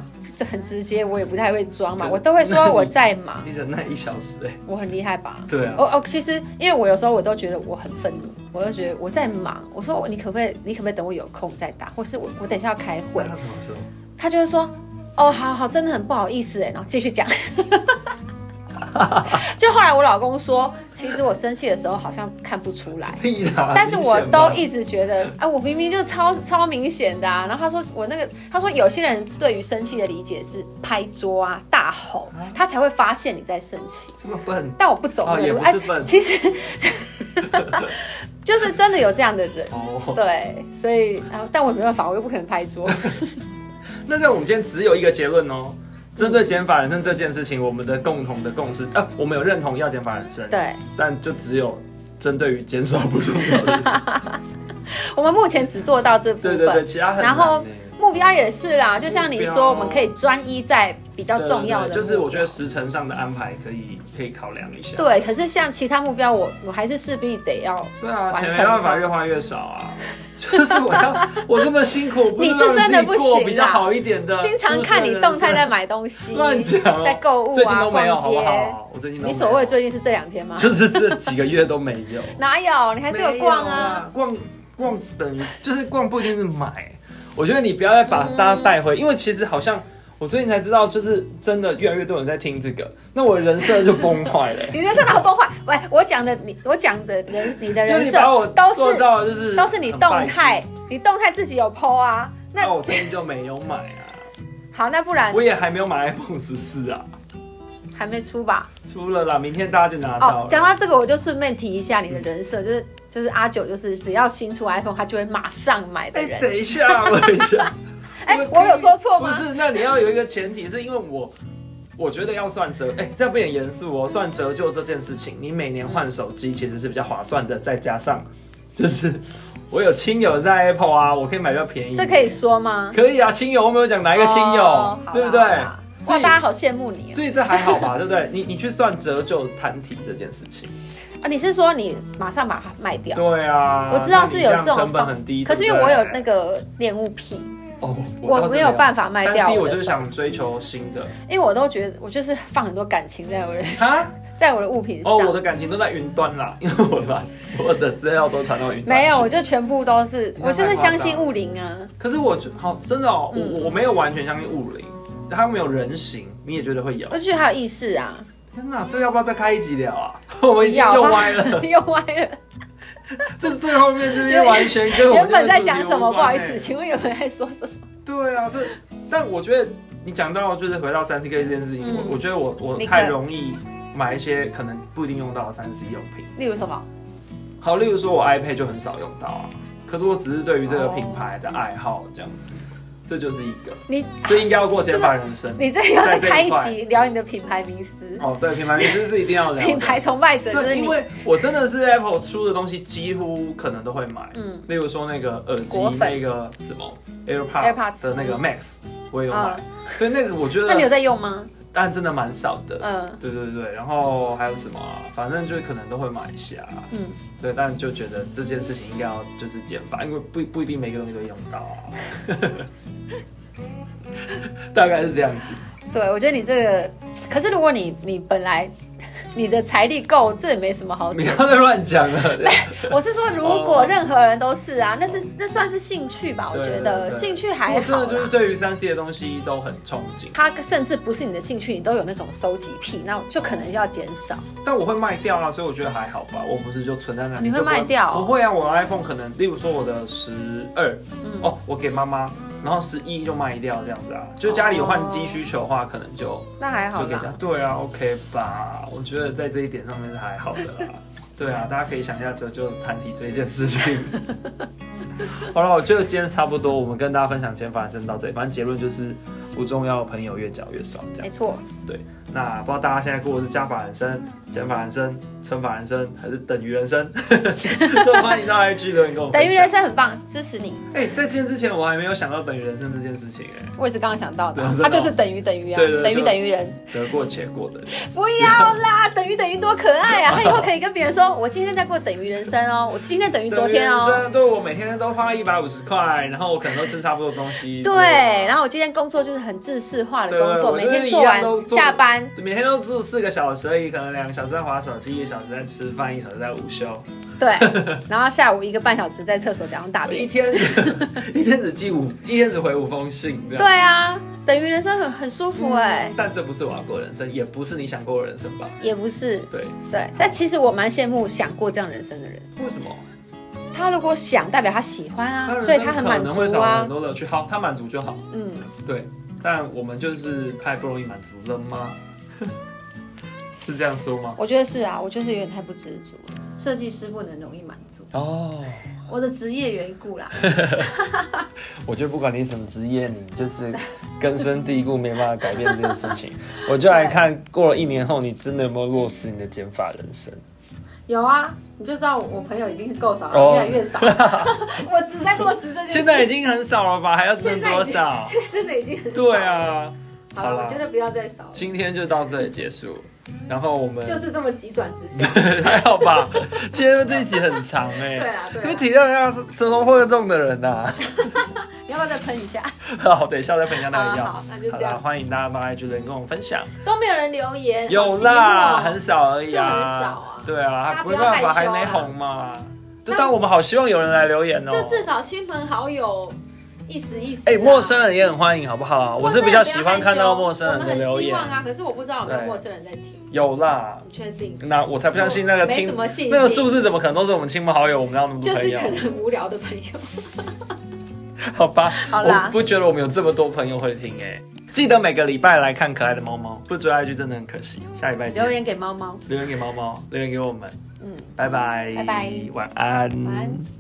B: 很直接，我也不太会装嘛，
A: 可是
B: 我都会说我在忙，
A: 你忍耐一小时，哎，
B: 我很厉害吧？
A: 对啊
B: 哦哦，其实因为我有时候我都觉得我很愤怒，我就觉得我在忙，我说哦你可不可以，你可不可以等我有空再打，或是我我等一下要开会
A: 那，他怎么说？
B: 欸他就会说：“哦，好好，真的很不好意思哎。”然后继续讲。 就后来我老公说，其实我生气的时候好像看不出来，
A: 屁啦！
B: 但是
A: 明
B: 我
A: 显吧
B: 都一直觉得，哎、我明明就超超明显的啊。然后他说我那个，他说有些人对于生气的理解是拍桌啊、大吼，他才会发现你在生气。
A: 这么笨
B: 但我不走
A: 哦，
B: 那个
A: 也
B: 路，
A: 不
B: 哎、
A: 是笨
B: 其实 就是真的有这样的人，
A: 哦。
B: 对，所以啊，但我也没办法，我又不可能拍桌。
A: 那在我们今天只有一个结论哦，针对减法人生这件事情，我们的共同的共识，呃，我们有认同要减法人生，
B: 对
A: 但就只有针对于减少不重要 的，
B: 我们目前只做到这部
A: 对
B: 分，
A: 对对，其他很难
B: 然后
A: 欸
B: 目标也是啦，就像你
A: 目
B: 说，
A: 标
B: 我们可以专一在比较
A: 对
B: 重要的
A: 对对就是
B: 目
A: 我觉
B: 标
A: 得时程上的安排可以可以考量一下。
B: 对，可是像其他目标我，我还是势必得要。
A: 对啊，
B: 完
A: 钱
B: 成
A: 没办法越花越少啊。 就是我要我这么辛苦，不
B: 你是
A: 让
B: 真
A: 自
B: 的
A: 己
B: 不
A: 过
B: 行
A: 比较
B: 啦
A: 好一点的。
B: 经常看你动态在买东 西，
A: 乱讲哦
B: 在购物
A: 最近
B: 啊、
A: 都没有，
B: 逛
A: 好不
B: 街。
A: 好？我最近都
B: 你
A: 没
B: 所谓
A: 有
B: 最近是这两天吗？
A: 就是这几个月都没有，
B: 哪有？你还是有逛
A: 没
B: 啊。，
A: 逛逛等于就是逛不一定是买。我觉得你不要再把大家
B: 嗯
A: 带回，因为其实好像我最近才知道，就是真的越来越多人在听这个，那我人设就崩坏了、欸
B: 你人生好崩坏。喂，我讲的你，我讲的人，你的
A: 就是你
B: 人
A: 把我
B: 设都
A: 塑
B: 是
A: 造的就是
B: 都是你
A: 很
B: 动
A: 拜金
B: 态，你动态自己有 PO 啊。那
A: 那我最近就没有买 啊，
B: 好，那不然
A: 我也还没有买 iPhone 十四啊，
B: 还没出吧？
A: 出了啦，明天大家就拿到
B: 哦
A: 了。，
B: 讲到这个，我就顺便提一下你的人设，就是就是阿九，就是只要新出 iPhone，他就会马上买的
A: 哎、
B: 人。
A: 等一下，我等一下，
B: 哎
A: 可以
B: 我有说错吗
A: 不是，那你要有一个前提，是因为我。我觉得要算折，哎、这样不也严肃哦。算折旧这件事情，你每年换手机其实是比较划算的，再加上就是 我有亲友在 Apple 啊，我可以买比较便宜。
B: 这可以说吗？
A: 可以啊，亲友我没有讲哪一个亲友，
B: 哦
A: 对不？
B: 好
A: 对
B: 啦好啦？
A: 所
B: 哇，
A: 以
B: 大家好羡慕你哦
A: 所以这还好 吧，对不对？你你去算折旧摊体这件事情，
B: 啊！你是说你马上把它卖掉？
A: 对啊，
B: 我知道
A: 那你
B: 是有
A: 样
B: 这种
A: 成本
B: 方
A: 很低，
B: 可是因为我有那个恋物癖，
A: 个，哦，
B: 我没有办法卖掉
A: 三 C
B: 我
A: 我
B: 的
A: 就是
B: 手
A: 想追求新的
B: 因为我都觉得我就是放很多感情在我的
A: 啊。
B: 在我的物品上。
A: 哦，我的感情都在云端啦， 因为我把所有的资料都传到云端。
B: 没有，我。就全部都是，
A: 那
B: 我就是
A: 太夸张
B: 相信物灵啊。
A: 可是我就好真的哦，我
B: 嗯
A: 我我没有完全相信物灵，它没有人形，你也觉得会有
B: 我？就觉得还有意识啊，
A: 天哪，这要不要再开一集聊啊？ 我们已经
B: 要
A: 又
B: 吧
A: 歪了，
B: 又歪了。
A: 这最后面这边完全跟我
B: 原
A: 们
B: 本
A: 这个
B: 在
A: 主题
B: 讲什
A: 无关
B: 么？不好意
A: 欸
B: 思，请问有人在说什么？
A: 对啊，这但我觉得你讲到就是回到三 C K 这件事情，
B: 嗯
A: 我我觉得我我
B: 你可
A: 太容易买一些可能不一定用到的三 C 用品。
B: 例如什么？
A: 好，例如说我 iPad 就很少用到啊，可是我只是对于这
B: 哦
A: 个品牌的爱好这样子，这就是一个，
B: 你
A: 所以应该要过减法人生。
B: 你这要再开一
A: 在这
B: 集聊你的品牌迷思，
A: 哦，对，品牌名字是一定要聊的。
B: 品牌崇拜者就是
A: 对，
B: 你
A: 因。为我真的是 Apple 出的东西几乎可能都会买，
B: 嗯，
A: 例如说那个耳机
B: 果粉
A: 那个什么
B: AirPods
A: AirPod 的那个
B: 嗯
A: Max，我也有买
B: 嗯，
A: 所以那个我觉
B: 那你有
A: 得，
B: 在用吗？
A: 但真的蛮少的。
B: 嗯
A: 对啊对对，然后还有什么啊、反正就是可能都会买一下，啊
B: 嗯，
A: 对，但就觉得这件事情应该要就是减法，因为不不一定每个东西都用到啊， 大概是这样子。
B: 对，我觉得你这个，可是如果你你本来你的财力够，这也没什么 好哎
A: 你
B: 讲。
A: 不要再乱讲 了，
B: 我 是说，如
A: 哦
B: 果任何人都是啊，那是那算是兴趣吧？我
A: 对
B: 觉
A: 对
B: 得
A: 对
B: 兴趣
A: 我
B: 还
A: 真
B: 好
A: 的就是
B: 啦。
A: 对于三 C 的东西都很憧憬，
B: 它甚至不是你的兴趣，你都有那种收集癖，那就可能要减少。
A: 但我会卖掉啊，所以我觉得还好吧。我不是就存在那里，
B: 你会
A: 就不
B: 卖掉哦
A: 我会啊，我的 iPhone 可能，例如说我的十二，
B: 嗯，
A: 哦，我给妈妈，然后十一就卖掉这样子啊。就家里有换机需求的话，可能就
B: 那还好
A: 就给家
B: 啦。。
A: 对啊，OK 吧？我觉得在这一点上面是还好的 啦。对啊，大家可以想一下折旧摊体这件事情。 好了，我觉得今天差不多，我们跟大家分享减法人生到这里，反正结论就是不重要的朋友越交越少这样
B: 没。错，
A: 那不知道大家现在过的是加法人生、减法人生、乘法人生，还是等于人 生？就欢迎到 IG 留言跟我们分
B: 等
A: 享
B: 于人。生很棒，支持你。
A: 哎、在今天之前我还没有想到等于人生这件事情、哎，
B: 我也是刚刚想到的
A: 对啊
B: 啊，
A: 真的哦
B: 它就是等于等于啊，
A: 对对
B: 等于
A: 就
B: 等于人。
A: 得过且过的人。
B: 不要 啦，等于等于多可爱啊！他以后可以跟别人说，我 今天在过等于人生哦，我今天等于昨天
A: 等于人
B: 哦。
A: 生对我每天都花一百五十块，然后我可能都吃差不多的东 西。
B: 对，然
A: 后
B: 后我今天工作就是很制式化的
A: 对对
B: 工作，
A: 我
B: 每
A: 就是
B: 天
A: 一
B: 做
A: 样都
B: 完
A: 做
B: 下班，
A: 每天都住四个小时而已，可能两个小时在划手机，一个小时在吃饭，一个小时在午休，
B: 对，然后下午一个半小时在厕所假装大
A: 啊 一
B: 便。
A: 天一天只寄五，一天只回五封信，这样。
B: 对啊，等于人生很很舒服哎、
A: 但这不是我要过的人生，也不是你想过的人生吧？
B: 也不是
A: 对，
B: 对。但其实我蛮羡慕想过这样人生的人，
A: 为什么？
B: 他如果想，代表他喜欢
A: 他
B: 啊，
A: 人
B: 所以他
A: 生
B: 很
A: 可
B: 满
A: 能会
B: 足
A: 少了
B: 啊
A: 很。多乐趣，好，他满足就好。
B: 嗯，
A: 对，但我们就是太不容易满足了吗？ 是这样说吗？
B: 我觉得是啊，我就是有点太不知足了。设计师不能容易满足，
A: 哦，
B: 我的职业缘 故啦。
A: 我觉得不管你什么职业，你就是根深蒂固，没办法改变这件事 情。我就来看过了一年后，你真的有没有落实你的减法人生？
B: 有啊，你就知道我朋友已经够少了，
A: 哦
B: 越来 越少。我只在落实这件事。
A: 现在已经很少了吧？还要剩多
B: 现在
A: 少？
B: 真的已经很少。
A: 对，啊，
B: 好
A: 好
B: 了，
A: 啦
B: 我觉得不要再少了，
A: 今天就到这里结束。然后我们
B: 就是这么急转 直下。
A: 还好吧？今天这一集很长哎、
B: 对啊，对
A: 可以
B: 啊。
A: 体谅一下生活混动的人呐、啊
B: 你要不要再喷一下？
A: 好，等一下再分享那个
B: 好
A: 药。
B: 好，那就
A: 好
B: 这
A: 啦，
B: 样。
A: 欢迎大家到 IG 留言跟我们分享。
B: 都没有人留 言，
A: 有啦，
B: 啦，
A: 很少而已啊。
B: 哦就很少啊
A: 对啊，
B: 大
A: 没
B: 家不要啊
A: 办法，
B: 害
A: 还
B: 羞啊
A: 没红嘛。就
B: 那
A: 但我们好希望有人来留言哦、
B: 就至少亲朋好友意思意思啊。
A: 哎、陌生人也很欢迎，好不好？我
B: 陌
A: 是
B: 生人
A: 比
B: 不要
A: 较
B: 害羞，
A: 喜欢看到陌生人
B: 我
A: 的
B: 们很
A: 留
B: 希
A: 言。
B: 望啊，可是我不知道有没有
A: 对
B: 陌生人在听，
A: 有啦，
B: 你确定？
A: 那我才不相信那个
B: 没
A: 听
B: 什么信心
A: 那个数字怎么可能都是我们亲朋好友，我们哪有那么多
B: 就
A: 朋
B: 是
A: 友？
B: 可能无聊的朋友。
A: 好吧，
B: 好啦
A: 我不觉得我们有这么多朋友会听哎、记得每个礼拜来看可爱的猫猫，不追 IG 真的很可惜。下礼拜见，
B: 留言给猫猫，
A: 留言给猫猫，留言给我们，
B: 嗯。
A: 拜拜，
B: 拜拜
A: 晚安，
B: 晚安。